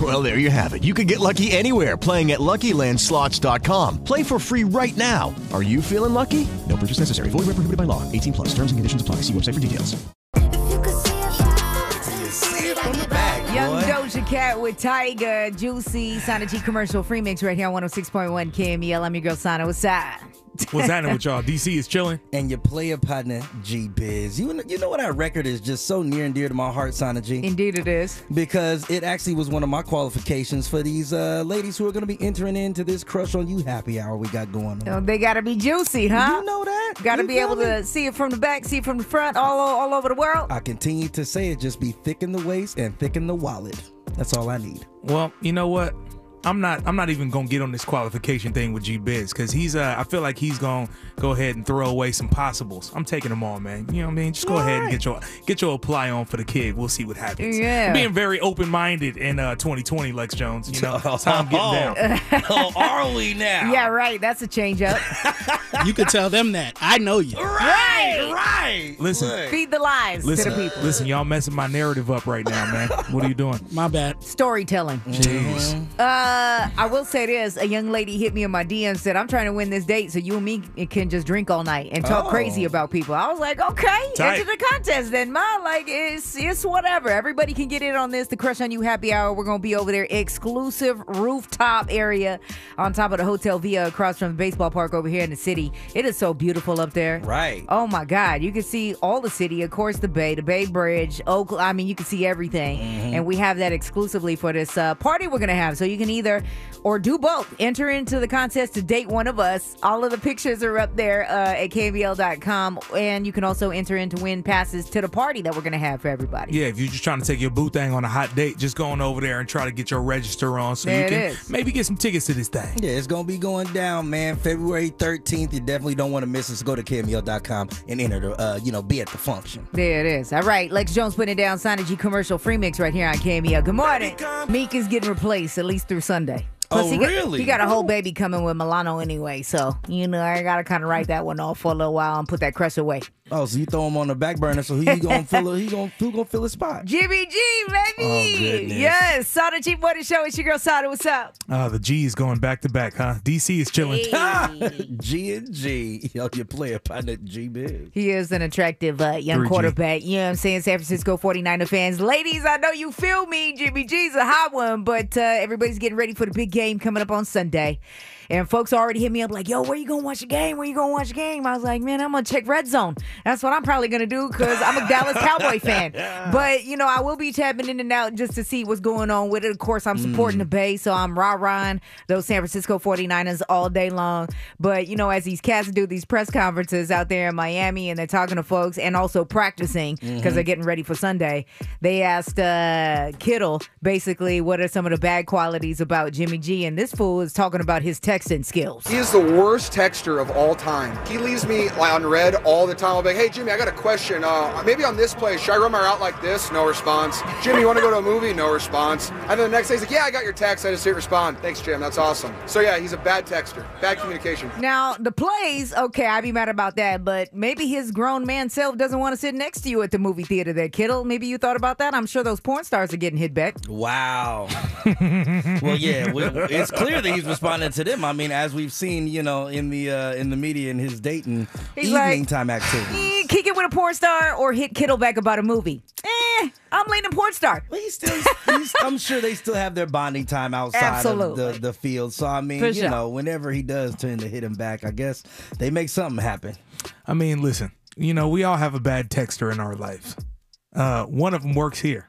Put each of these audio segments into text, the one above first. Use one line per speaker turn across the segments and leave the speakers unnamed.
Well, there you have it. You can get lucky anywhere playing at LuckyLandSlots.com. Play for free right now. Are you feeling lucky? No purchase necessary. Void where prohibited by law. 18 plus. Terms and conditions apply. See website for details.
Young Doja Cat with Tiger, Juicy, Sana G commercial free mix right here on 106.1 KMEL. E I'm your girl Sana. What's up?
What's happening with y'all? DC is chilling.
and your player partner G Biz. You know, you know what our record is just so near and dear to my heart, Sana G,
Indeed it is.
because it actually was one of my qualifications for these uh, ladies who are going to be entering into this crush on you happy hour we got going on.
Oh, they gotta be juicy, huh?
You know that.
Uh, Gotta
You
be
feel
able
me?
to see it from the back, see it from the front, all o- all over the world.
I continue to say it. Just be thick in the waist and thick in the wallet. That's all I need.
Well, you know what? I'm not. I'm not even gonna get on this qualification thing with G Biz because he's. Uh, I feel like he's gonna go ahead and throw away some possibles. I'm taking them all, man. You know what I mean? Just go ahead and get your get your apply on for the kid. We'll see what happens.
Yeah.
I'm being very open minded in uh, 2020, Lex Jones. You know, that's how I'm getting down.
oh, are we now?
Yeah, right. That's a change up.
You could tell them that. I know you.
Right, right.
Listen.
Feed the lies
Listen,
to the people.
listen, y'all messing my narrative up right now, man. What are you doing?
My bad.
Storytelling.
Jeez.
Uh, I will say this: a young lady hit me in my DM said, "I'm trying to win this date, so you and me can just drink all night and talk
Oh.
crazy about people." I was like, "Okay,
Tight.
enter the contest then, ma. Like it's it's whatever. Everybody can get in on this. The crush on you happy hour. We're gonna be over there, exclusive rooftop area on top of the hotel via across from the baseball park over here in the city. It is so beautiful up there.
Right.
Oh my God! You can see all the city, of course, the Bay, the Bay Bridge, Oakland. I mean, you can see everything, and we have that exclusively for this uh, party we're gonna have. So you can either or do both. Enter into the contest to date one of us. All of the pictures are up there uh, at kvl.com, and you can also enter in to win passes to the party that we're gonna have for everybody.
Yeah, if you're just trying to take your boo thing on a hot date, just going over there and try to get your register on so
There
you
it
can
is.
maybe get some tickets to this thing.
Yeah, it's gonna be going down, man. February 13th. You definitely don't want to miss it. So go to E cameo.com and enter the, uh, you know, be at the function.
There it is. All right, Lex Jones putting it down. Synergy commercial free mix right here on Cameo. Good morning. Meek is getting replaced at least through Sunday.
Oh,
he got-
really?
he got a whole baby coming with Milano anyway, so you know I gotta kind of write that one off for a little while and put that crush away.
Oh, so you throw him on the back burner. So who you gonna fill? He gonna who gonna fill his spot?
Jimmy G, baby.
Oh, goodness.
yes, Sada G Morning Show. It's your girl Sada. What's up?
Uh, the G is going back to back, huh? DC is chilling.
Ah! G and G. Yo, your player partner G Big.
He is an attractive uh, young
3G.
quarterback. You know what I'm saying? San Francisco 49er fans. Ladies, I know you feel me. Jimmy G's a hot one, but uh, everybody's getting ready for the big game coming up on Sunday. And folks already hit me up like, yo, where you going to watch the game? Where you going to watch the game? I was like, man, I'm going to check Red Zone. That's what I'm probably going to do because I'm a Dallas Cowboy fan. But, you know, I will be tapping in and out just to see what's going on with it. Of course, I'm supporting the Bay, so I'm rah-rahing those San Francisco 49ers all day long. But, you know, as these cats do these press conferences out there in Miami and they're talking to folks and also practicing because they're getting ready for Sunday, they asked uh, Kittle basically what are some of the bad qualities about Jimmy G. And this fool is talking about his texting skills.
He is the worst texture of all time. He leaves me like, on red all the time. I'll be like, hey, Jimmy, I got a question. Uh, maybe on this play, should I run my route like this? No response. Jimmy, you want to go to a movie? No response. And then the next day, he's like, yeah, I got your text. I just didn't respond. Thanks, Jim. That's awesome. So, yeah, he's a bad texter. Bad communication.
Now, the plays, okay, I'd be mad about that, but maybe his grown man self doesn't want to sit next to you at the movie theater there, Kittle. Maybe you thought about that. I'm sure those porn stars are getting hit back.
Wow. well, yeah, we- it's clear that he's responding to them. I mean, as we've seen, you know, in the uh, in the media in his Dayton
He's
evening
like-
time activity.
Eh, kick it with a porn star or hit Kittle back about a movie. Eh, I'm leaning porn star.
But he's still, he's, I'm sure they still have their bonding time outside
Absolutely.
of the, the field. So I mean,
For
you
sure.
know, whenever he does tend to hit him back, I guess they make something happen.
I mean, listen, you know, we all have a bad texter in our lives. Uh, one of them works here.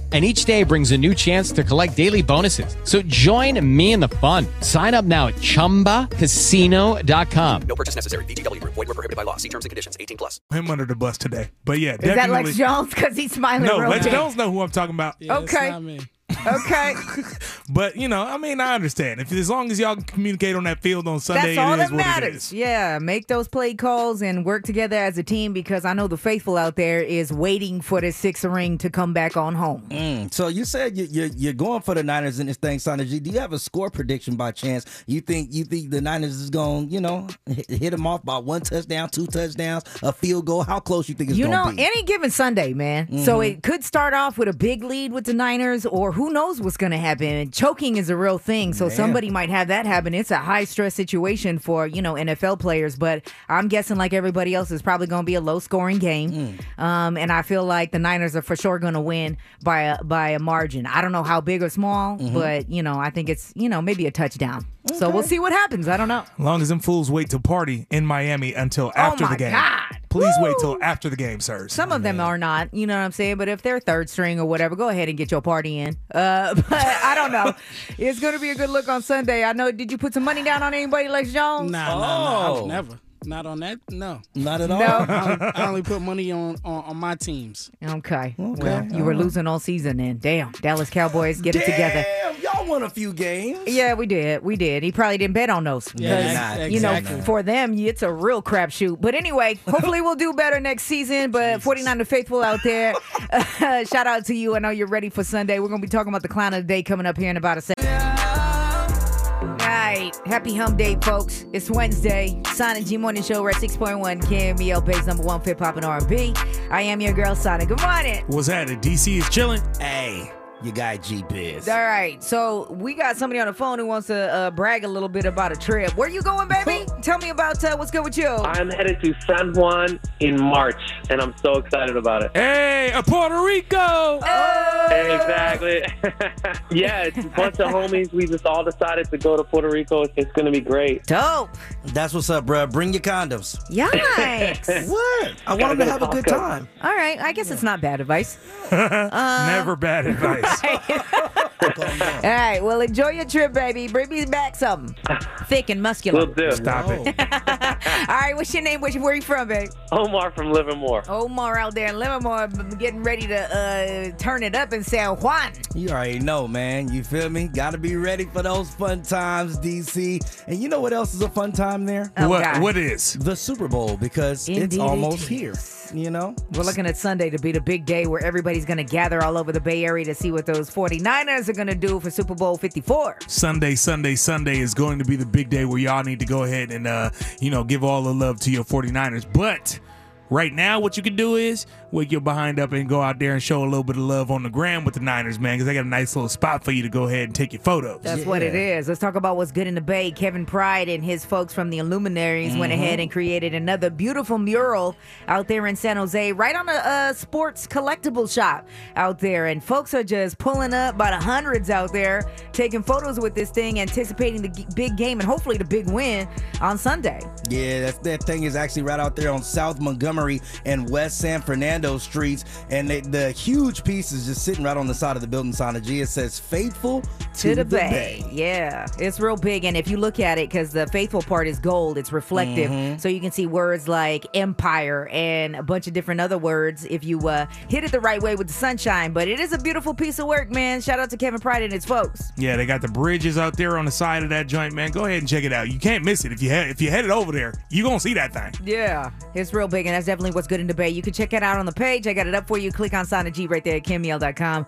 and each day brings a new chance to collect daily bonuses. So join me in the fun. Sign up now at ChumbaCasino.com.
No purchase necessary. VGW Group. Void were prohibited by law. See terms and conditions. 18 plus.
him under the bus today. But yeah,
Is that
definitely.
Lex Jones? Because he's smiling.
no,
real
Lex
big.
Jones know who I'm talking about.
okay. okay.
But you know, I mean, I understand. If as long as y'all can communicate on that field on Sunday,
That's all
it is
that
what it
matters.
is.
Yeah, make those play calls and work together as a team because I know the faithful out there is waiting for the sixth ring to come back on home.
Mm, So you said you, you're you're going for the Niners in this thing, Sonny G. Do you have a score prediction by chance? You think you think the Niners is going, you know, hit, hit them off by one touchdown, two touchdowns, a field goal? How close you think it's
You
going
know,
to be?
any given Sunday, man. So
Mm-hmm.
Mhm.
it could start off with a big lead with the Niners, or who knows what's going to happen. Choking is a real thing, so
Man.
somebody might have that happen. It's a high stress situation for you know NFL players, but I'm guessing like everybody else, it's probably going to be a low scoring game.
Mm.
Um, and I feel like the Niners are for sure going to win by a, by a margin. I don't know how big or small,
Mhm.
but you know, I think it's you know maybe a touchdown. So we'll see what happens. I don't know.
As long as them fools wait to party in Miami until after
Oh my
the game.
God.
Please wait till after the game, sirs.
Some of them are not, you know what I'm saying? But if they're third string or whatever, go ahead and get your party in. Uh, but I don't know. it's going to be a good look on Sunday. I know. Did you put some money down on anybody, Lex Jones?
Nah, nah, nah. I would never. Not on that. No.
Not
at all? Oh. No.
I, only, I only put money on, on, on my teams.
Okay. Well, you were losing all season then. Damn. Dallas Cowboys, get it together.
Damn, y'all won a few games.
Yeah, we did. We did. He probably didn't bet on those.
Yeah,
'Cause,
ex-
You know,
exactly.
for them, it's a real crapshoot. But anyway, hopefully we'll do better next season. But 49 to Faithful out there, shout out to you. I know you're ready for Sunday. We're going to be talking about the clown of the day coming up here in about a second. All right. Happy hump day, folks. It's Wednesday. Sonic G Morning Show. We're at 6.1 KMBL Base E number one fit pop and R&B. I am your girl, Sonic. Good morning.
What's happening? DC is chilling.
Hey, you got G Biz.
All right, so we got somebody on the phone who wants to uh, brag a little bit about a trip. Where you going, baby? Tell me about uh, what's good with you.
I'm headed to San Juan in March, and I'm so excited about it.
Hey, a Puerto Rico.
Oh.
Exactly. yeah, it's a bunch of homies. We just all decided to go to Puerto Rico. It's, it's going to be great.
Dope.
That's what's up, bruh. Bring your condoms.
Yikes.
what? I want 'em to have a good time.
All right, I guess it's not bad advice.
Never bad advice.
All right, well, enjoy your trip, baby. Bring me back something thick and muscular.
Stop it.
All right, what's your name? Where you, where you from, babe?
Omar from Livermore.
Omar out there in Livermore b- getting ready to uh, turn it up in San Juan.
You already know, man. You feel me? Got to be ready for those fun times, DC. And you know what else is a fun time there?
Oh, What- God. what
is?
The Super Bowl because
Indeed
it's
it
almost here. You know?
We're looking at Sunday to be the big day where everybody's going to gather all over the Bay Area to see what those 49ers are going to do for Super Bowl 54.
Sunday, Sunday, Sunday is going to be the big day where y'all need to go ahead and, uh, you know, give all the love to your 49ers. But right now, what you can do is wake your behind up and go out there and show a little bit of love on the gram with the Niners, man, because they got a nice little spot for you to go ahead and take your photos.
That's what it is. Let's talk about what's good in the Bay. Kevin Pride and his folks from the Illuminaries went
Mhm.
ahead and created another beautiful mural out there in San Jose, right on a, uh sports collectible shop out there. And folks are just pulling up by the hundreds out there, taking photos with this thing, anticipating the g- big game and hopefully the big win on Sunday.
Yeah, that's, that thing is actually right out there on South Montgomery and West San Fernando streets. And they, the huge piece is just sitting right on the side of the building, Sana G. It says, Faithful to,
to the, bay. Yeah, it's real big, and if you look at it, because the faithful part is gold, it's reflective,
Mhm.
so you can see words like empire and a bunch of different other words if you uh, hit it the right way with the sunshine. But it is a beautiful piece of work, man. Shout out to Kevin Pride and his folks.
Yeah, they got the bridges out there on the side of that joint, man. Go ahead and check it out. You can't miss it. If you head if you headed over there, you gonna see that thing.
Yeah, it's real big, and that's definitely what's good in the bay. You can check it out on the page. I got it up for you. Click on Sana G right there at kimmeal.com.